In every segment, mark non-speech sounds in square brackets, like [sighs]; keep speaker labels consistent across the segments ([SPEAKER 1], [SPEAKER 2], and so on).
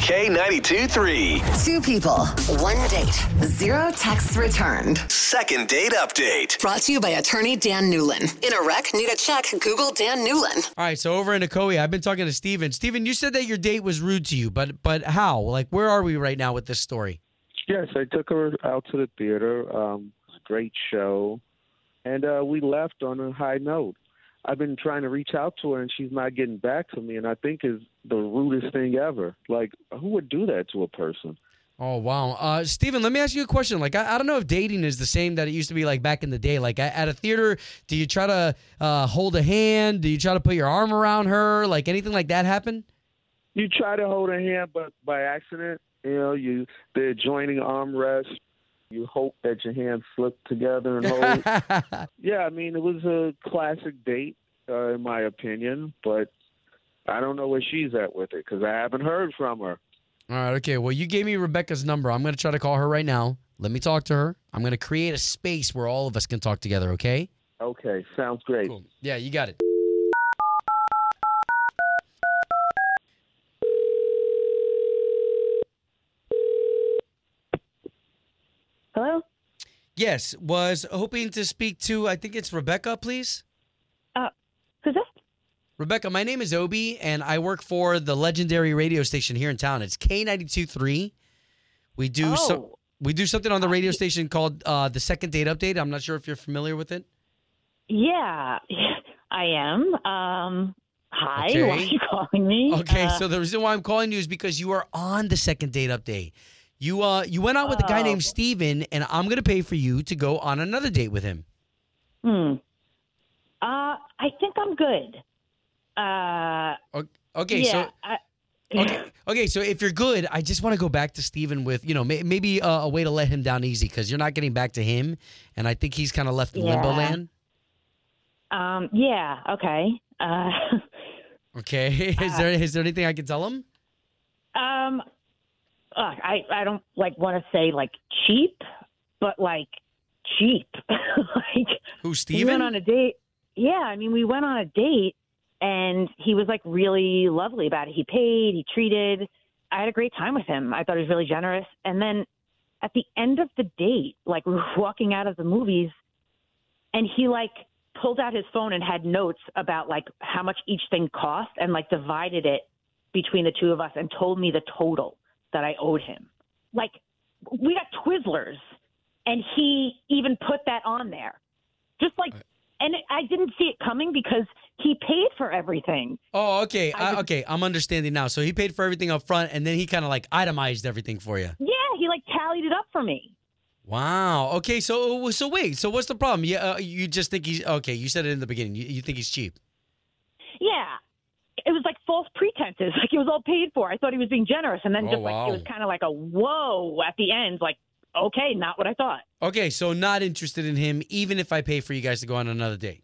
[SPEAKER 1] K92 3.
[SPEAKER 2] Two people, one date, zero texts returned.
[SPEAKER 1] Second date update.
[SPEAKER 2] Brought to you by attorney Dan Newlin. In a wreck, need a check, Google Dan Newlin.
[SPEAKER 3] All right, so over in Ocoee, I've been talking to Steven. Steven, you said that your date was rude to you, but but how? Like, where are we right now with this story?
[SPEAKER 4] Yes, I took her out to the theater. Um, it was a great show, and uh, we left on a high note. I've been trying to reach out to her, and she's not getting back to me. And I think is the rudest thing ever. Like, who would do that to a person?
[SPEAKER 3] Oh wow, uh, Steven, let me ask you a question. Like, I, I don't know if dating is the same that it used to be like back in the day. Like a- at a theater, do you try to uh, hold a hand? Do you try to put your arm around her? Like anything like that [laughs] happen?
[SPEAKER 4] You try to hold her hand, but by accident, you know, you the adjoining armrest. You hope that your hands slip together
[SPEAKER 3] [laughs]
[SPEAKER 4] and hold. yeah, I mean, it was a classic date, uh, in my opinion. But I don't know where she's at with it because I haven't heard from her.
[SPEAKER 3] All right, okay. Well, you gave me Rebecca's number. I'm going to try to call her right now. Let me talk to her. I'm going to create a space where all of us can talk together, okay?
[SPEAKER 4] Okay, sounds great.
[SPEAKER 3] Cool. Yeah, you got it.
[SPEAKER 5] Hello?
[SPEAKER 3] Yes, was hoping to speak to, I think it's Rebecca, please.
[SPEAKER 5] Uh, Who's this?
[SPEAKER 3] Rebecca, my name is Obi, and I work for the legendary radio station here in town. It's K92.3. We do so,
[SPEAKER 5] Oh.
[SPEAKER 3] we do something on the radio station called uh, the Second Date Update. I'm not sure if you're familiar with it.
[SPEAKER 5] Yeah, Uh, [laughs] I am. Um, [laughs] hi, why are
[SPEAKER 3] Okay.
[SPEAKER 5] you calling me?
[SPEAKER 3] Okay,
[SPEAKER 5] Uh,
[SPEAKER 3] so the reason why I'm calling you is because you are on the second date update. You uh you went out with a guy
[SPEAKER 5] Oh.
[SPEAKER 3] named Steven and I'm gonna pay for you to go on another date with him. Oh.
[SPEAKER 5] hmm. Uh, I think I'm good. Uh,
[SPEAKER 3] O- Okay,
[SPEAKER 5] yeah. I,
[SPEAKER 3] so okay, okay, so if you're good, I just want to go back to Steven with you know may, maybe uh, a way to let him down easy because you're not getting back to him, and I think he's kind of left in limbo
[SPEAKER 5] Yeah.
[SPEAKER 3] land.
[SPEAKER 5] [laughs] um, yeah, okay. Uh, [laughs]
[SPEAKER 3] Okay, [laughs] is there is there anything I can tell him?
[SPEAKER 5] um, uh, I, I don't, like, want to say, like, cheap, but, like, cheap. [laughs] like,
[SPEAKER 3] Who
[SPEAKER 5] We
[SPEAKER 3] Steven?
[SPEAKER 5] went on a date. Yeah, I mean, we went on a date, and he was like really lovely about it. He paid, he treated. I had a great time with him. I thought he was really generous. And then at the end of the date, like we were walking out of the movies, and he like pulled out his phone and had notes about like how much each thing cost and like divided it between the two of us and told me the total that I owed him. Like we got Twizzlers, and he even put that on there just like and it, i didn't see it coming because he paid for everything
[SPEAKER 3] oh, okay,
[SPEAKER 5] I
[SPEAKER 3] I-
[SPEAKER 5] would-
[SPEAKER 3] okay, I'm understanding now. So he paid for everything up front, and then he kind of like itemized everything for you.
[SPEAKER 5] yeah he like tallied it up for me
[SPEAKER 3] Wow. Okay. So uh, so wait. So what's the problem? Yeah. Uh, you just think he's okay. You said it in the beginning. You, you think he's cheap.
[SPEAKER 5] yeah it was like false pretenses [laughs] like it was all paid for i thought he was being generous and then
[SPEAKER 3] Oh,
[SPEAKER 5] just like
[SPEAKER 3] wow.
[SPEAKER 5] it was kind of like a whoa at the end like okay not what i thought
[SPEAKER 3] Okay. So not interested in him, even if I pay for you guys to go on another date.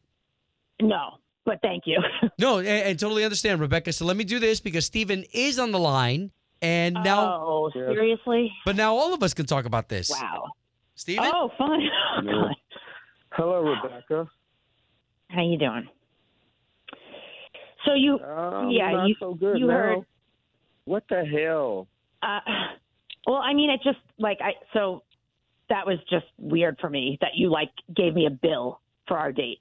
[SPEAKER 5] no but thank you [laughs]
[SPEAKER 3] No, and, and totally understand, Rebecca. So let me do this because Steven is on the line, and now,
[SPEAKER 5] oh
[SPEAKER 4] Yeah.
[SPEAKER 5] seriously
[SPEAKER 3] but now all of us can talk about this.
[SPEAKER 5] wow
[SPEAKER 3] Steven?
[SPEAKER 5] oh fun [laughs] Oh,
[SPEAKER 4] Yeah.
[SPEAKER 5] God.
[SPEAKER 4] Hello, Rebecca.
[SPEAKER 5] how you doing so you
[SPEAKER 4] Um,
[SPEAKER 5] Yeah,
[SPEAKER 4] not
[SPEAKER 5] you-
[SPEAKER 4] so good
[SPEAKER 5] you
[SPEAKER 4] now.
[SPEAKER 5] heard-
[SPEAKER 4] What the hell?
[SPEAKER 5] Uh, [sighs] well, I mean, it just like I so that was just weird for me that you like gave me a bill for our date.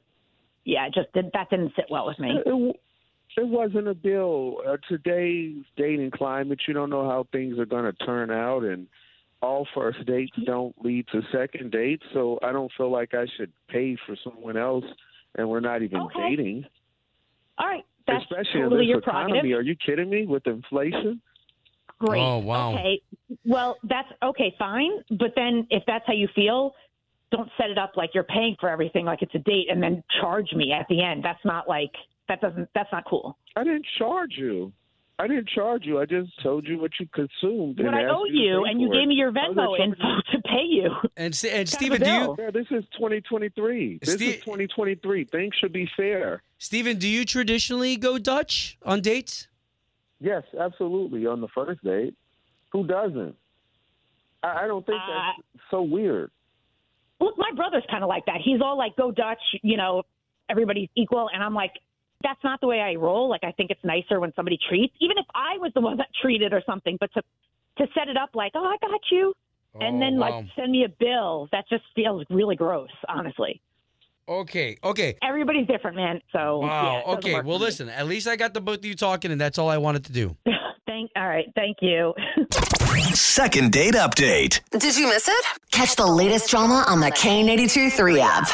[SPEAKER 5] Yeah, it just did, that didn't sit well with me.
[SPEAKER 4] It, it, it wasn't a bill. Uh, today's dating climate, you don't know how things are going to turn out, and all first dates don't lead to second dates. So I don't feel like I should pay for someone else, and we're not even
[SPEAKER 5] Okay.
[SPEAKER 4] dating.
[SPEAKER 5] All right, that's
[SPEAKER 4] Especially
[SPEAKER 5] totally
[SPEAKER 4] in this
[SPEAKER 5] your
[SPEAKER 4] economy.
[SPEAKER 5] prerogative.
[SPEAKER 4] Are you kidding me? With inflation?
[SPEAKER 5] Great.
[SPEAKER 3] Oh, wow.
[SPEAKER 5] Okay. Well, that's okay, fine. But then if that's how you feel, don't set it up like you're paying for everything like it's a date and then charge me at the end. That's not like that doesn't that's not cool.
[SPEAKER 4] I didn't charge you. I didn't charge you. I just told you what you consumed.
[SPEAKER 5] What
[SPEAKER 4] and
[SPEAKER 5] I
[SPEAKER 4] asked
[SPEAKER 5] owe
[SPEAKER 4] you, to
[SPEAKER 5] you,
[SPEAKER 4] pay
[SPEAKER 5] and you
[SPEAKER 4] for
[SPEAKER 5] gave
[SPEAKER 4] it. Oh,
[SPEAKER 5] me your
[SPEAKER 4] Why was I
[SPEAKER 5] Venmo
[SPEAKER 4] charging
[SPEAKER 5] info to pay you. [laughs]
[SPEAKER 3] And, Ste- and
[SPEAKER 5] Got
[SPEAKER 3] Steven,
[SPEAKER 5] the
[SPEAKER 3] do you
[SPEAKER 5] bill.
[SPEAKER 4] Yeah, this is 2023. This
[SPEAKER 3] Steve-
[SPEAKER 4] is 2023. Things should be fair.
[SPEAKER 3] Steven, do you traditionally go Dutch on dates?
[SPEAKER 4] Yes, absolutely. On the first date, who doesn't? I, I don't think that's so weird.
[SPEAKER 5] Look, my brother's kind of like that. He's all like, go Dutch, you know, everybody's equal. And I'm like, that's not the way I roll. Like, I think it's nicer when somebody treats, even if I was the one [laughs] that treated or something, but to, to set it up like, oh, I got you. and
[SPEAKER 3] Oh,
[SPEAKER 5] then, like, send me a bill. That just feels really gross, honestly.
[SPEAKER 3] okay, okay.
[SPEAKER 5] Everybody's different, man. So, yeah,
[SPEAKER 3] Wow.
[SPEAKER 5] it doesn't
[SPEAKER 3] okay.
[SPEAKER 5] work for
[SPEAKER 3] Well,
[SPEAKER 5] me.
[SPEAKER 3] listen. At least I got the both of you talking, and that's all I wanted to do.
[SPEAKER 5] Thank, all right. Thank you. [laughs]
[SPEAKER 1] Second date update.
[SPEAKER 2] Did you miss it? Catch the latest drama on the K82 3 app.